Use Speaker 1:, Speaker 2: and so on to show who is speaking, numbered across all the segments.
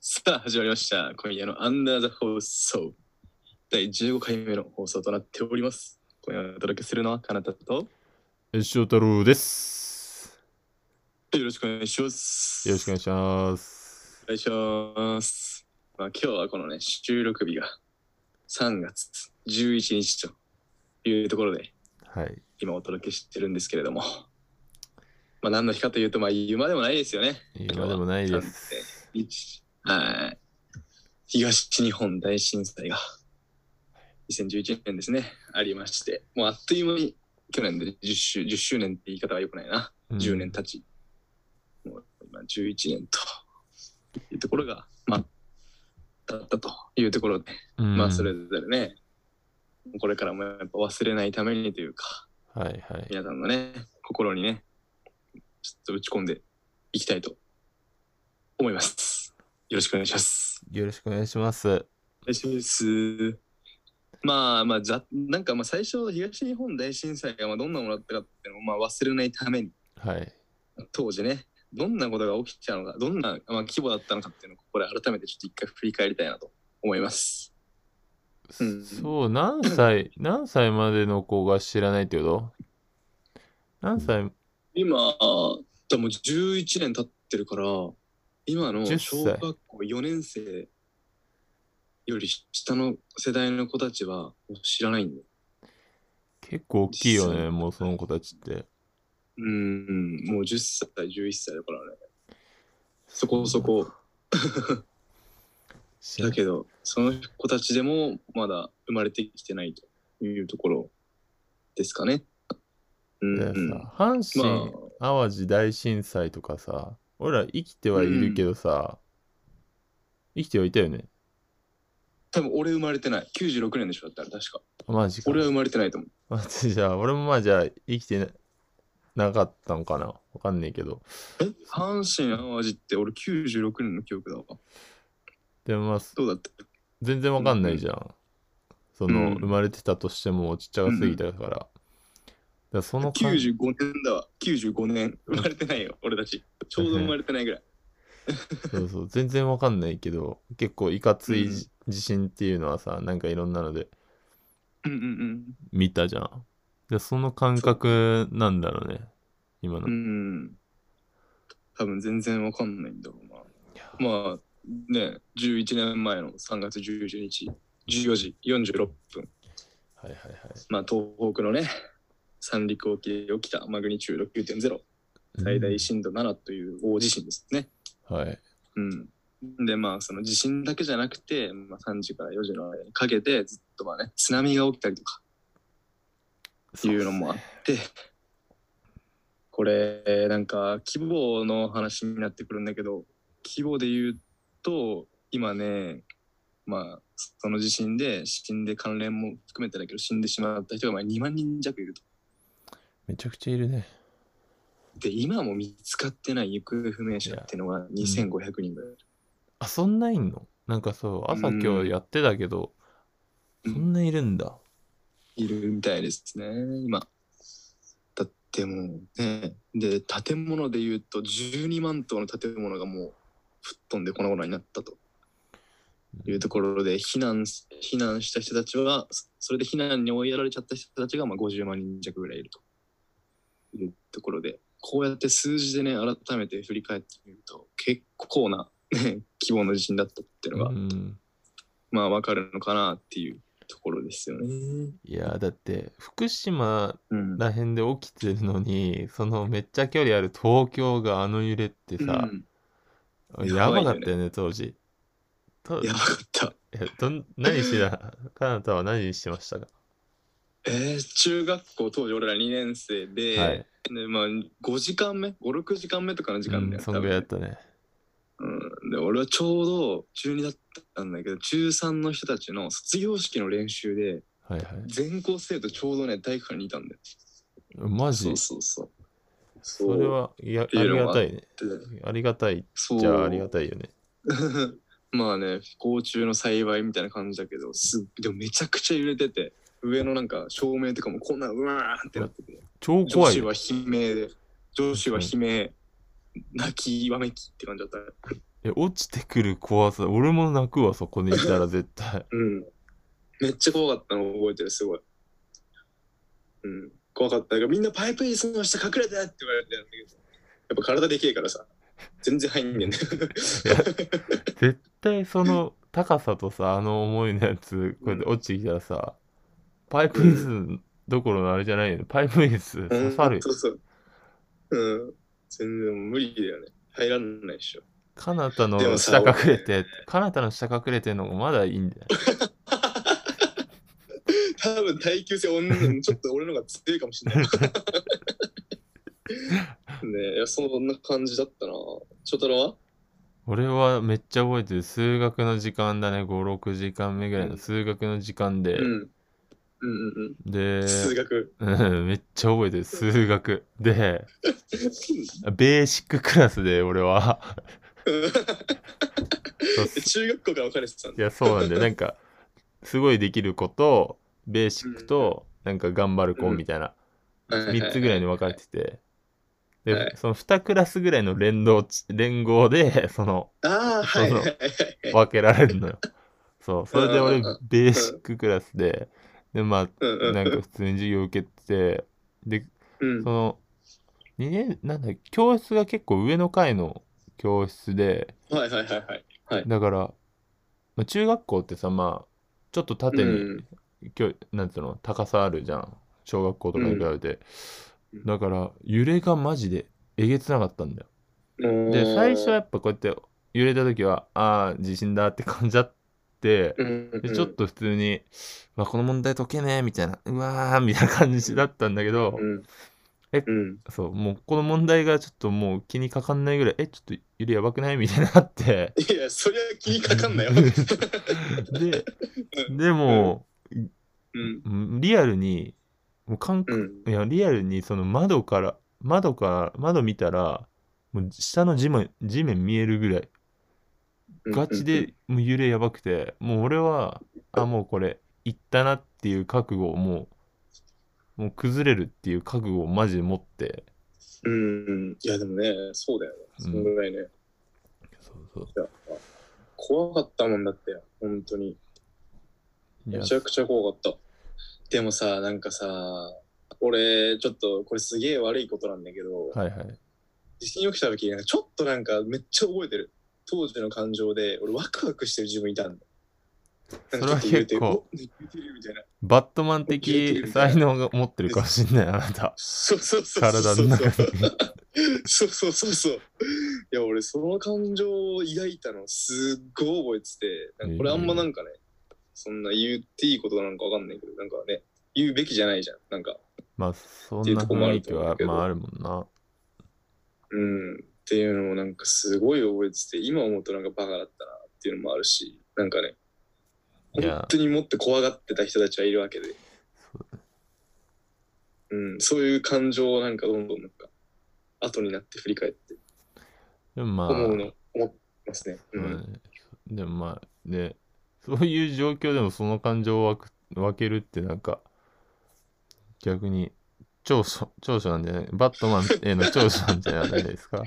Speaker 1: さあ始まりました。今夜のアンダーザ放送。第15回目の放送となっております。今夜お届けするのはかなたとよ
Speaker 2: 翔太郎です。
Speaker 1: ろしくお願いします。
Speaker 2: よろしくお願いします。
Speaker 1: お願いします。まあ、今日はこのね、収録日が3月11日というところで
Speaker 2: はい。
Speaker 1: 今お届けしてるんですけれども、まあ何の日かというと、まあ言うまでもないですよね。
Speaker 2: 今でもないです。
Speaker 1: 一はい。東日本大震災が2011年ですね、ありまして、もうあっという間に去年で10周 ,10 周年って言い方はよくないな、10年経ち、もう今11年というところが、まあ、だったというところで、
Speaker 2: うん、
Speaker 1: まあそれぞれね、これからもやっぱ忘れないためにというか、
Speaker 2: はいはい。
Speaker 1: 皆さんのね、心にね、ちょっと打ち込んでいきたいと思います。よろしくお願いします。
Speaker 2: よろしくお願いします。
Speaker 1: お願いします。まあまあ、ざなんかまあ最初、東日本大震災がまあどんなものだったかっていうのをまあ忘れないために、
Speaker 2: はい。
Speaker 1: 当時ね、どんなことが起きちゃうのか、どんな、まあ、規模だったのかっていうのを、ここで改めてちょっと一回振り返りたいなと思います。うん
Speaker 2: そう、何 歳、何歳までの子が知らないってこと何歳
Speaker 1: 今、でも11年経ってるから、今の
Speaker 2: 10歳
Speaker 1: 小学校4年生より下の世代の子たちは知らないんだよ。
Speaker 2: 結構大きいよ
Speaker 1: 実際
Speaker 2: ね、もうその子たちって。
Speaker 1: うん、もう10歳、11歳だからね。そこそこ。
Speaker 2: 知ら
Speaker 1: だけど、その子たちでもまだ生まれてきてないというところですかね。うん、
Speaker 2: だ
Speaker 1: う
Speaker 2: から
Speaker 1: ん。
Speaker 2: さ阪神、淡路大震災とかさ、俺ら生きてはいるけどさ、生きてはいたよね。
Speaker 1: 多分俺生まれてない。96年でしょだったら確か。
Speaker 2: あマジか。
Speaker 1: 俺は生まれてないと思う。
Speaker 2: まあ、じゃあ、俺もまあじゃあ生きてななかったんかなわかんねえけど。
Speaker 1: え阪神・淡路って俺96年の記憶だわ。
Speaker 2: でもまあ、す
Speaker 1: どうだった
Speaker 2: 全然わかんないじゃん。その、
Speaker 1: うん
Speaker 2: 生まれてたとしてもちっちゃすぎたから。だからその感
Speaker 1: 95年だわ95年生まれてないよ俺たちちょうど生まれてないぐらい
Speaker 2: そうそう、全然わかんないけど、結構いかついじ地震っていうのはさ、なんかいろんなので
Speaker 1: うんうん
Speaker 2: 見たじゃん。でその感覚なんだろうね。今の。
Speaker 1: うんうん多分全然わかんないんだろうなまあね11年前の3月11日14時46分
Speaker 2: はいはいはい。
Speaker 1: まあ東北のね三陸沖で起きたマグニチュード9.0最大震度7という大地震ですね、
Speaker 2: はい。
Speaker 1: うん、でまあその地震だけじゃなくて、まあ、3時から4時の間にかけてずっとまあね津波が起きたりとかっていうのもあって、これなんか規模の話になってくるんだけど規模で言うと今ねまあその地震で死んで関連も含めてだけど死んでしまった人がまあ2万人弱いると。
Speaker 2: めちゃくちゃいるね。
Speaker 1: で今も見つかってない行方不明者っていうのが2500人ぐらいいる。
Speaker 2: あ、そんないんのなんかそう、朝
Speaker 1: うん
Speaker 2: 今日やってたけど、
Speaker 1: うん
Speaker 2: そんないるんだ。
Speaker 1: いるみたいですね、今。だってもうね、で、建物でいうと12万棟の建物がもう吹っ飛んで粉々になったというところで、避難、避難した人たちは、そそれで避難に追いやられちゃった人たちがまあ50万人弱ぐらいいるというところで、こうやって数字でね、改めて振り返ってみると、結構な、ね、 規模の地震だったっていうのが、
Speaker 2: うん、
Speaker 1: まあわかるのかなっていうところですよね。
Speaker 2: いやだって福島
Speaker 1: うん
Speaker 2: らへんで起きてるのにそのめっちゃ距離ある東京があの揺れってさ
Speaker 1: う、ん
Speaker 2: やばかったよね当時とい
Speaker 1: やばかった。
Speaker 2: やどん何してたかなた は何してましたか、
Speaker 1: えー、中学校当時俺ら2年生で、
Speaker 2: はい、
Speaker 1: でまあ、5時間目56時間目とかの時間だ
Speaker 2: うん
Speaker 1: よ、
Speaker 2: そ
Speaker 1: 多
Speaker 2: ん
Speaker 1: 分
Speaker 2: ぐらいだったね
Speaker 1: うん、で俺はちょうど中2だったんだけど中3の人たちの卒業式の練習で
Speaker 2: はいはい
Speaker 1: 全校生徒ちょうどね体育館にいたんだよ
Speaker 2: マジ
Speaker 1: そ
Speaker 2: そう
Speaker 1: そうそう
Speaker 2: れはいやあ
Speaker 1: ていう
Speaker 2: り
Speaker 1: の
Speaker 2: が
Speaker 1: が
Speaker 2: たいね
Speaker 1: そうで
Speaker 2: ありがたい
Speaker 1: そう
Speaker 2: じゃあありがたいよね
Speaker 1: まあね不幸中の幸いみたいな感じだけどすでもめちゃくちゃ揺れてて上のなんか照明とかもこんなうわーってなってて
Speaker 2: 超
Speaker 1: 女
Speaker 2: 怖い
Speaker 1: 子
Speaker 2: よ
Speaker 1: は悲鳴で、女子は悲鳴、泣きわめきって感じだった。
Speaker 2: ええ落ちてくる怖さ俺も泣くわそこにいたら絶 対
Speaker 1: うん。めっちゃ怖かったの覚えてる、すごい。うん。怖かったから、みんなパイプ椅子の下隠れてって言われてたんだけど、やっぱ体でけえからさ、全然入んねえんだよ。
Speaker 2: いや絶対その高さとさあの重いのやつこうやって落ちてきたらさパイプ椅子どころのあれじゃないよねパイプ椅子 刺さる よ
Speaker 1: そうそう。うん。全然もう無理だよね。入らないでしょ。
Speaker 2: かなたの
Speaker 1: でも
Speaker 2: 下
Speaker 1: さ
Speaker 2: 隠れてかなたの下隠れてんのがまだいいんだよ
Speaker 1: 多分耐久性女のちょっと俺の方が強いかもしれない。ねえいや、そんな感じだったな。翔太郎は
Speaker 2: 俺はめっちゃ覚えてる数学の時間だね56時間目ぐらいの数学の時間で、
Speaker 1: うん。うんうん
Speaker 2: で
Speaker 1: うん。数学。
Speaker 2: うん めっちゃ覚えてる数学でベーシッククラスで俺 はそう
Speaker 1: え中学校から別れてたん
Speaker 2: い
Speaker 1: だ。
Speaker 2: やそうなんだよなんかすごいできる子とベーシックとなんか頑張る子みたいな、3つぐらいに分かれてて、で、
Speaker 1: はい
Speaker 2: その2クラスぐらいの連動ち連合でその
Speaker 1: ああ、はいはいはいはい。
Speaker 2: 分けられるのよそうそれで
Speaker 1: う
Speaker 2: 俺
Speaker 1: んうんうん
Speaker 2: ベーシッククラスででま
Speaker 1: うん
Speaker 2: あ
Speaker 1: うん
Speaker 2: なん
Speaker 1: う
Speaker 2: か
Speaker 1: ん
Speaker 2: 普通に授業受けてで
Speaker 1: うん
Speaker 2: その2年なんだ教室が結構上の階の教室で
Speaker 1: はいはいはいはい。
Speaker 2: だから、まあ、中学校ってさまあちょっと縦に
Speaker 1: うん
Speaker 2: きょなんつうの高さあるじゃん小学校とかに比べて、
Speaker 1: うん
Speaker 2: だから揺れがマジでえげつなかったんだよで
Speaker 1: で
Speaker 2: 最初はや、っぱこうやって揺れた時はああ地震だって感じだって
Speaker 1: うんうん
Speaker 2: でちょっ、と普通に、まあ、この問題解けねえみたいなうわーみたいな感じだったんだけど、
Speaker 1: うん、
Speaker 2: え
Speaker 1: うん、
Speaker 2: そうもうこの問題がちょっともう気にかかんないぐらいえちょっと揺れやばくないみたいになって
Speaker 1: いや、そりゃ気にかかん なよ。
Speaker 2: ででも、
Speaker 1: うん、
Speaker 2: リアルにもう感覚
Speaker 1: うん。
Speaker 2: いや、リアルにその窓から、窓から、窓見たら、もう下の地面、地面見えるぐらい、ガチでもう揺れやばくて、もう俺は、あ、もうこれ、行ったなっていう覚悟をもう、もう崩れるっていう覚悟をマジで持って、
Speaker 1: うん。うん、いや、でもね、そうだよね。そのぐらいね。
Speaker 2: そうそう。
Speaker 1: 怖かったもんだって、本当に。
Speaker 2: いや
Speaker 1: めちゃくちゃ怖かった。でもさ、なんかさ、俺、ちょっと、これすげえ悪いことなんだけど、
Speaker 2: はいはい。
Speaker 1: 地震起きた時なんかちょっとなんかめっちゃ覚えてる当時の感情で俺ワクワクしてる自分いたんだ
Speaker 2: それ
Speaker 1: なん
Speaker 2: は結構
Speaker 1: かちょっと揺れてるお揺れてるみたいな
Speaker 2: バットマン的才能が持ってるかもしんない、あなた。
Speaker 1: そうそうそうそう
Speaker 2: 体
Speaker 1: そ
Speaker 2: の
Speaker 1: う
Speaker 2: 中
Speaker 1: そう
Speaker 2: に。
Speaker 1: そうそうそうそういや俺その感情を抱いたのすっごい覚えててなんかこれあんまなんかね、そんな言っていいことなんかわかんないけどなんかね言うべきじゃないじゃんなんか
Speaker 2: まあ、そん
Speaker 1: っていう
Speaker 2: な
Speaker 1: とこもあ
Speaker 2: 雰囲
Speaker 1: る
Speaker 2: 気
Speaker 1: と思
Speaker 2: は
Speaker 1: う、けど
Speaker 2: まああるもんな。
Speaker 1: うんっていうのをなんかすごい覚えてて今思うとなんかバカだったなっていうのもあるしなんかね
Speaker 2: いや
Speaker 1: 本当にもっと怖がってた人たちはいるわけで
Speaker 2: そう
Speaker 1: うん、そういう感情をなんかどんどんなんか後になって振り返って
Speaker 2: でもまあ、
Speaker 1: 思うの思ってますね、う
Speaker 2: うんん、でもまあねそういう状況でもその感情を分く分けるってなんか逆に長所長所なんじゃないバットマンへの長所なんじゃないです か
Speaker 1: だ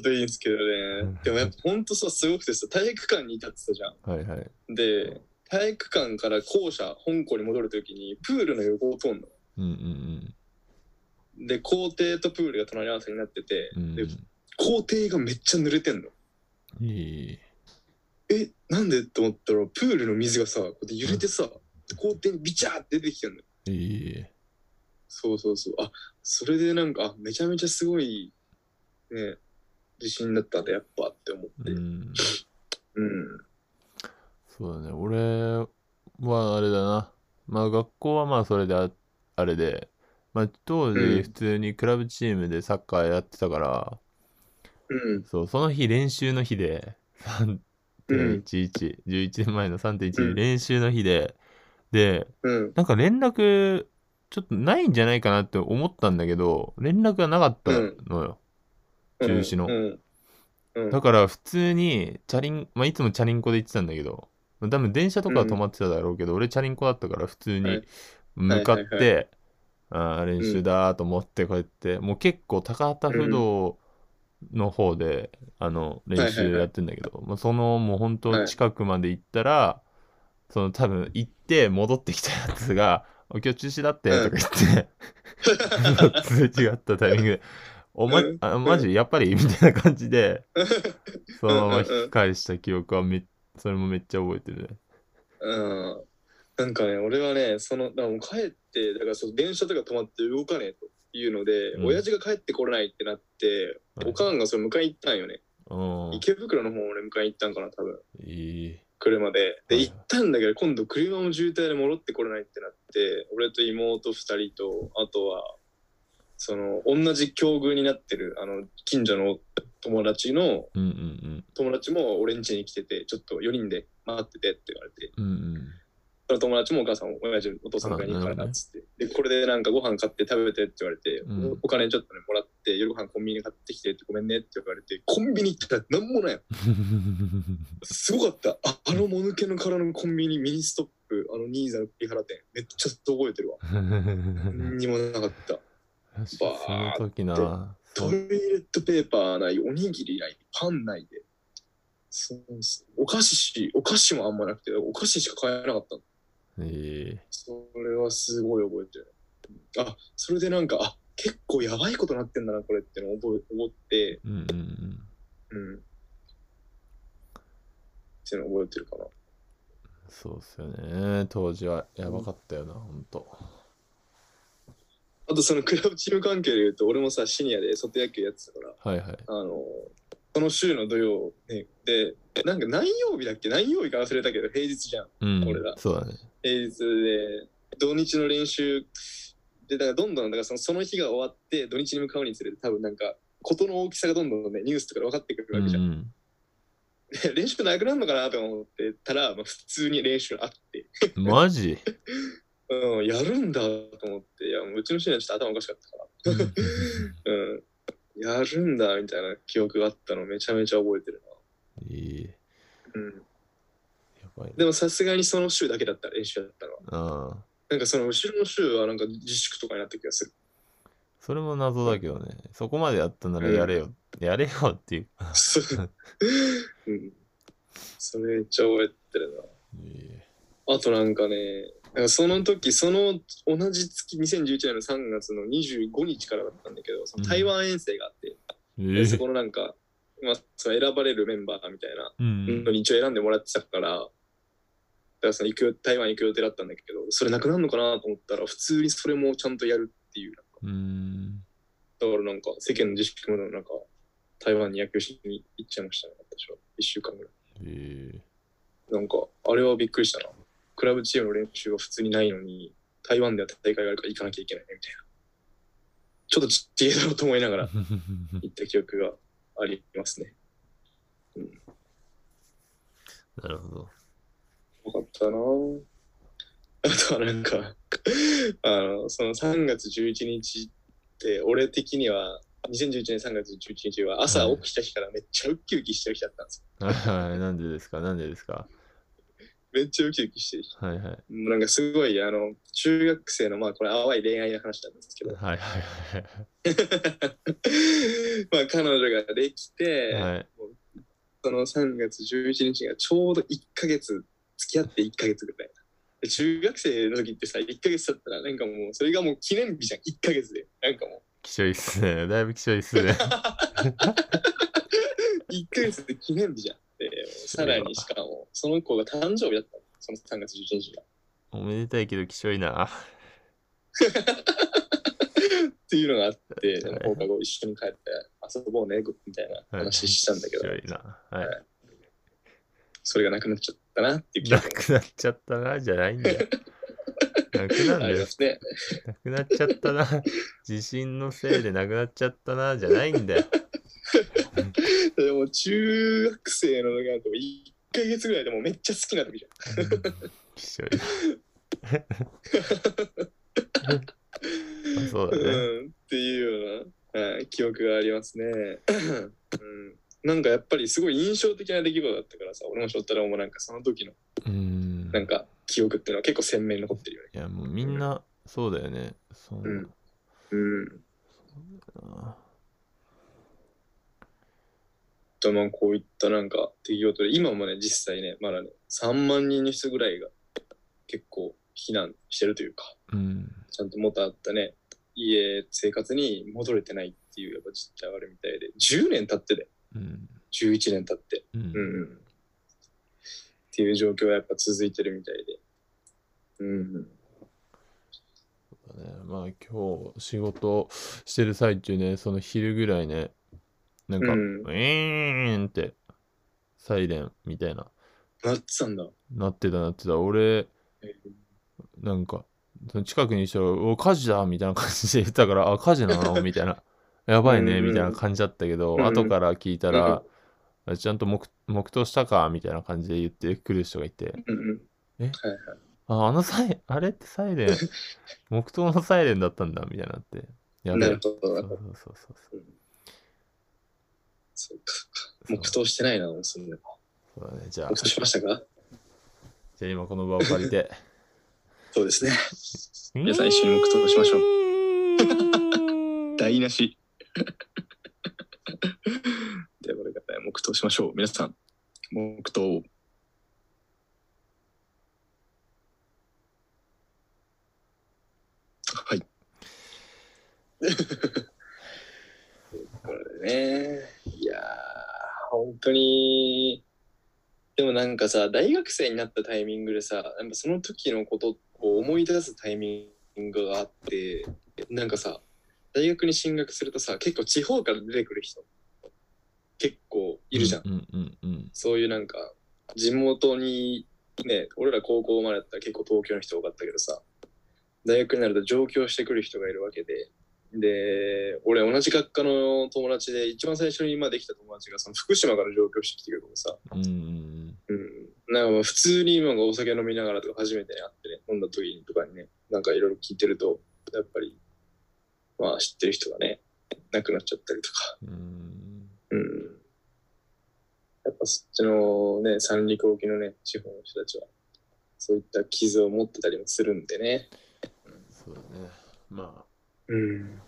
Speaker 1: といいんですけど
Speaker 2: うん
Speaker 1: ねでもやっぱほんとさすごくてさ体育館にいたってたじゃん
Speaker 2: はいはい
Speaker 1: で体育館から校舎本校に戻るときにプールの横を通るの
Speaker 2: うんうん
Speaker 1: で校庭とプールが隣り合わせになってて、
Speaker 2: うん
Speaker 1: で校庭がめっちゃ濡れてんの
Speaker 2: うんいい
Speaker 1: えなんでと思ったらプールの水がさこうやって揺れてさ、校庭にビチャーって出てきてんのよ
Speaker 2: いい
Speaker 1: そうそうそうあそれでなんかあめちゃめちゃすごいね地震だったんだやっぱって思って
Speaker 2: う
Speaker 1: うん、
Speaker 2: んそうだね俺はあれだなまあ学校はまあそれでああれでまあ当時
Speaker 1: うん
Speaker 2: 普通にクラブチームでサッカーやってたから、
Speaker 1: うん
Speaker 2: そうその日練習の日で3.1111年前の3.11、
Speaker 1: うん
Speaker 2: 練習の日でで
Speaker 1: うん
Speaker 2: なんか連絡ちょっとないんじゃないかなって思ったんだけど連絡がなかったのよ、中止の
Speaker 1: うんうん
Speaker 2: だから普通にチャリン、まあ、いつもチャリンコで行ってたんだけどまあ多分電車とかは止まってただろうけど、俺チャリンコだったから普通
Speaker 1: は
Speaker 2: に
Speaker 1: い
Speaker 2: 向かって、
Speaker 1: はいは
Speaker 2: あー練習だーと思ってこうやって、もう結構高畑不動の方であの練
Speaker 1: はいはい
Speaker 2: 習
Speaker 1: はい
Speaker 2: やってんだけど、まあ、そのもう本当近くまで行ったら、その多分行って戻ってきたやつが「お今日中止だって」とか言って、 通知があったタイミングで「おま
Speaker 1: うん
Speaker 2: あマジやっぱり?」みたいな感じでそのまま
Speaker 1: うん
Speaker 2: 引き返した記憶はめ それもめっちゃ覚えてるね。
Speaker 1: うんなんかね、俺はね、その、だからもう帰って、だからその電車とか止まって動かねえというので、
Speaker 2: うん
Speaker 1: 親父が帰ってこれないってなって、おかんがそれ迎え行ったんよね。
Speaker 2: うん、
Speaker 1: 池袋の方俺迎え行ったんかな、多分。
Speaker 2: いい
Speaker 1: 車で。で、
Speaker 2: はい
Speaker 1: 行ったんだけど、今度車も渋滞で戻ってこれないってなって、俺と妹二人と、あとは、その、同じ境遇になってる、あの、近所の友達の、
Speaker 2: うんうん
Speaker 1: 友達も俺ん家に来てて、ちょっと4人で待っててって言われて、
Speaker 2: うんうんうん
Speaker 1: その友達もお母さんも親父もお父さんがいいか
Speaker 2: あなるほど
Speaker 1: ら
Speaker 2: ね
Speaker 1: っつって、でこれでなんかご飯買って食べてって言われて、
Speaker 2: うん
Speaker 1: おお金ちょっとねもらって夜ご飯コンビニで買ってきてってごめんねって言われてコンビニ行ったら何もないすごかったああのもぬけの殻のコンビニミニストップあのニーザの栗原店めっちゃ覚えてるわ何にもなかった
Speaker 2: 確かにその時な。
Speaker 1: ト
Speaker 2: そう
Speaker 1: イレットペーパーないおにぎりないパンないでそうそうお菓子しお菓子もあんまなくてお菓子しか買えなかった
Speaker 2: え
Speaker 1: それはすごい覚えてる。あそれでなんか、あ結構やばいことなってんだな、これってのを覚え思って、
Speaker 2: えうんうん
Speaker 1: うん。っていうのを覚えてるかな。
Speaker 2: うん。そうっすよね。当時はやばかったよな、ほんと。
Speaker 1: あと、そのクラブチーム関係で言うと、俺もさ、シニアで外野球やってたから、
Speaker 2: はいはい。
Speaker 1: あの、その週の土曜、ね、で、なんか何曜日だっけ何曜日か忘れたけど、平日じゃん。
Speaker 2: うん
Speaker 1: 俺ら。
Speaker 2: そうだね。
Speaker 1: 平日で、土日の練習で、だからどんどん、だからそのその日が終わって、土日に向かうにつれて、多分なんか、事の大きさがどんどんね、ニュースとかで分かってくる
Speaker 2: う
Speaker 1: わけじゃん
Speaker 2: んうん。
Speaker 1: で 練習なくなるのかなと思ってたら、まあ、普通に練習あって、
Speaker 2: マジ
Speaker 1: うん、やるんだと思って、いや、もううちのシニアちょっと頭おかしかった
Speaker 2: うん
Speaker 1: から、うん、やるんだみたいな記憶があったのめちゃめちゃ覚えてる
Speaker 2: いい。や
Speaker 1: な。うん、
Speaker 2: ばい
Speaker 1: でもさすがにその週だけだった練習だったのは。
Speaker 2: な。うん。
Speaker 1: なんかその後ろの週はなんか自粛とかになった気がする。
Speaker 2: それも謎だけどね。そこまでやったならやれよ。やれよっていう。
Speaker 1: そううん、それめっちゃ覚えてるな。
Speaker 2: いい
Speaker 1: あとなんかね、なんかその時、その同じ月、2011年の3月の25日からだったんだけど、その台湾遠征があって、
Speaker 2: え
Speaker 1: でそ
Speaker 2: え
Speaker 1: このなんか、まあ、その選ばれるメンバーみたいな
Speaker 2: うん
Speaker 1: の。に一応選んでもらってたから、だからその行くよ台湾行く予定だったんだけど、それなくなるのかなと思ったら、普通にそれもちゃんとやるっていう、
Speaker 2: うん。
Speaker 1: だからなんか世間の自粛もなんか、台湾に野球しに行っちゃいましたね、私は。1週間ぐらい。
Speaker 2: え
Speaker 1: なんか、あれはびっくりしたな。クラブチームの練習が普通にないのに、台湾では大会があるから行かなきゃいけないねみたいな。ちょっとち違えだろうと思いながら
Speaker 2: え
Speaker 1: 行った記憶がありますね。
Speaker 2: なるほど。
Speaker 1: よかったなぁあとはなんか あのその3月11日って俺的には2011年3月11日は朝
Speaker 2: はい
Speaker 1: 起きた日からめっちゃウキウキしてる日だったんです
Speaker 2: はいはい。なんでですかなんでですか
Speaker 1: よめっちゃウキウキしてる日
Speaker 2: はいはい。
Speaker 1: もうなんかすごいあの中学生のまあこれ淡い恋愛の話なんですけど
Speaker 2: はいはいは
Speaker 1: まあ彼女ができて、
Speaker 2: いはい。はい。
Speaker 1: その3月11日がちょうど1ヶ月付き合って1ヶ月ぐらいで中学生の時ってさ1ヶ月経ったらなんかもうそれがもう記念日じゃん1ヶ月でなんかも
Speaker 2: きしょいっすね。だいぶきしょいっす ね。
Speaker 1: う1ヶ月で記念日じゃんでさらにしかもその子が誕生日だったのその3月11日が
Speaker 2: おめでたいけどきしょいな。
Speaker 1: っていうのがあって
Speaker 2: はい
Speaker 1: 放課後一緒に帰って遊ぼうねみたいな話したんだけど、
Speaker 2: はいきしょいな。はい。
Speaker 1: それがなくなっちゃったなっていう記
Speaker 2: な
Speaker 1: 憶
Speaker 2: くなっちゃったな、じゃないんだよ。なくなん
Speaker 1: があ
Speaker 2: だ
Speaker 1: り
Speaker 2: よ
Speaker 1: ま。すね
Speaker 2: なくなっちゃったな。地震のせいでなくなっちゃったな、じゃないんだよ。
Speaker 1: でも中学生の時なんてもう1ヶ月ぐらいでもうめっちゃ好きな時じゃん
Speaker 2: きしょいな。あそうだね。
Speaker 1: うん、っていうような、はい、記憶がありますね、うん。なんかやっぱりすごい印象的な出来事だったからさ、俺も翔太郎もなんかその時の
Speaker 2: うん。
Speaker 1: なんか記憶っていうのは結構鮮明に残ってるよね。
Speaker 2: いや、もうみんな、そうだよね。そう
Speaker 1: うんうん。
Speaker 2: あ
Speaker 1: とまあこういったなんか出来事で今もね実際ねまだね3万人の人ぐらいが結構避難してるというか
Speaker 2: うん。
Speaker 1: ちゃんと元あったね家生活に戻れてないっていうやっぱ実態はあるみたいで10年経ってで
Speaker 2: うん。
Speaker 1: 11年経ってう
Speaker 2: う
Speaker 1: ん
Speaker 2: ん。
Speaker 1: うんっていう状況はやっぱ続いてるみたいでうん
Speaker 2: ね、まあ今日仕事してる最中ね、その昼ぐらいね、なんか、
Speaker 1: う
Speaker 2: うんーんって、サイレンみたいな、
Speaker 1: なってたんだ
Speaker 2: なってたなってた。俺、なんか、その近くにしたら、お、火事だみたいな感じで言ったから、あ、火事なの みたいな。やばいね、
Speaker 1: うんうん
Speaker 2: みたいな感じだったけど、
Speaker 1: うん
Speaker 2: 後から聞いたら、あちゃんと黙黙祷したかみたいな感じで言ってくる人がいて、
Speaker 1: うんうん
Speaker 2: あ、あのサイ、あれって サイレン、黙祷のサイレンだったんだ、みたいになって。やべ
Speaker 1: な
Speaker 2: え
Speaker 1: るほど
Speaker 2: そ
Speaker 1: な
Speaker 2: う
Speaker 1: る
Speaker 2: そ
Speaker 1: ほど
Speaker 2: うそうそうそ
Speaker 1: そうか
Speaker 2: う。
Speaker 1: 黙祷してないなもうそんな
Speaker 2: そうだね、じゃあ、
Speaker 1: 黙祷しましたか
Speaker 2: じゃあ今この場を借 りて。
Speaker 1: そうですね皆さん一緒に黙祷しましょ
Speaker 2: う
Speaker 1: 台無し ではこれから黙祷しましょう皆さん黙祷をはいこれねいやー本当にでもなんかさ大学生になったタイミングでさやっぱその時のことを思い出すタイミングがあってなんかさ大学に進学するとさ結構地方から出てくる人結構いるじゃん、
Speaker 2: うんうんうん
Speaker 1: そういうなんか地元にね俺ら高校までだったら結構東京の人多かったけどさ大学になると上京してくる人がいるわけでで俺同じ学科の友達で一番最初に今できた友達がその福島から上京してきてくるからさ
Speaker 2: うん。うん
Speaker 1: うん、なんかまあ普通に今がお酒飲みながらとか初めてね会ってね飲んだ時にとかにねなんかいろいろ聞いてるとやっぱりまあ知ってる人がね亡くなっちゃったりとか、
Speaker 2: うんうん。
Speaker 1: うん、やっぱそっちのね三陸沖のね地方の人たちはそういった傷を持ってたりもするんでね、
Speaker 2: そうだね。まあ、
Speaker 1: うん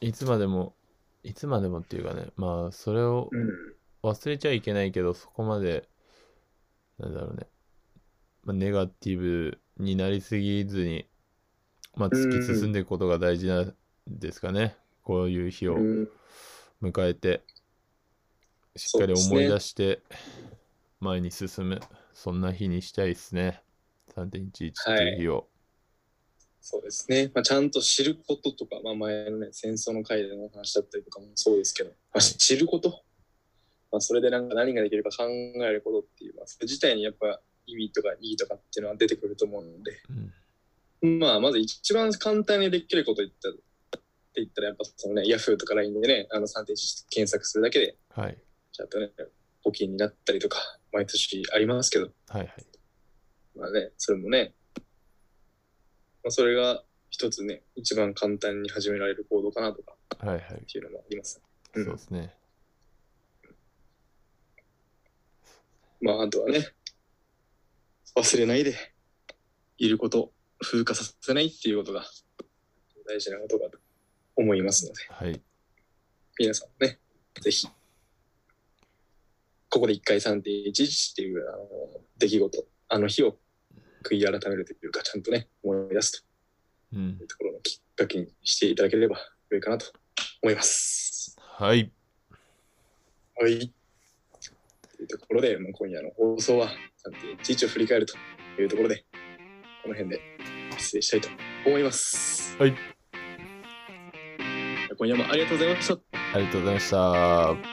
Speaker 2: いつまでも、いつまでもっていうかね、まあ、それを忘れちゃいけないけど、そこまで、なんだろうね、まあ、ネガティブになりすぎずに、まあ、突き進んでいくことが大事なんですかね。こういう日を
Speaker 1: うん
Speaker 2: 迎えて、しっかり思い出して、前に進む、そんな日にしたいですね。3.11っていう日を。
Speaker 1: そうですね、まあ、ちゃんと知ることとか、まあ、前のね戦争の回での話だったりとかもそうですけど、まあ、知ること、まあ、それでなんか何ができるか考えることっていう、まあ、それ自体にやっぱ意味とか意義とかっていうのは出てくると思うので、
Speaker 2: うん
Speaker 1: まあ、まず一番簡単にできること言ったらって言ったらやっぱそのね Yahoo とか LINE でねあの3.1検索するだけで
Speaker 2: はい。
Speaker 1: ちゃんとね募金になったりとか毎年ありますけど
Speaker 2: はいはい。
Speaker 1: まあね、それもね、まあ、それが一つね、一番簡単に始められる行動かなとか
Speaker 2: はいはい
Speaker 1: っ。ていうのもあります。
Speaker 2: そううんですね。
Speaker 1: まあ、あとはね、忘れないで、いること、風化させないっていうことが大事なことかと思いますので、
Speaker 2: はい。
Speaker 1: 皆さんもね、ぜひ、ここで一回3.11っていうあの出来事、あの日を悔い改めるというか、ちゃんとね、思い出すと。
Speaker 2: うん
Speaker 1: と。いうところのきっかけにしていただければ良いかなと思います。
Speaker 2: はい。
Speaker 1: はい。というところで、まあ、今夜の放送は3.11を振り返るというところで、この辺で失礼したいと思います。
Speaker 2: はい。
Speaker 1: 今夜もありがとうございました。
Speaker 2: ありがとうございました。